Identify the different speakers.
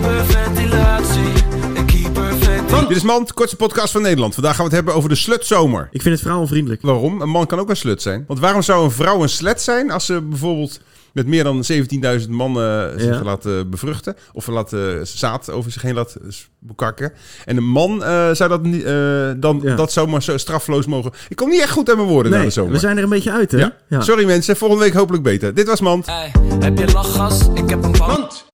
Speaker 1: hyperventilatie. Ik hyperventilatie.
Speaker 2: Dit is Mand, kortste podcast van Nederland. Vandaag gaan we het hebben over de slutzomer.
Speaker 3: Ik vind het verhaal onvriendelijk.
Speaker 2: Waarom? Een man kan ook een slut zijn. Want waarom zou een vrouw een slut zijn als ze bijvoorbeeld met meer dan 17.000 mannen zich
Speaker 3: Ja.
Speaker 2: laat eh, bevruchten of laat eh, zaad over zich heen laat eh, bekakken? En een man eh, zou dat niet, eh, dan
Speaker 3: Ja.
Speaker 2: dat zomaar zo straffeloos mogen. Ik kom niet echt goed aan mijn woorden na de
Speaker 3: Nee,
Speaker 2: zomer.
Speaker 3: we zijn er een beetje uit, hè?
Speaker 2: ja. Sorry mensen, volgende week hopelijk beter. Dit was Mand.
Speaker 1: Ey, heb je lachgas? Ik heb een band.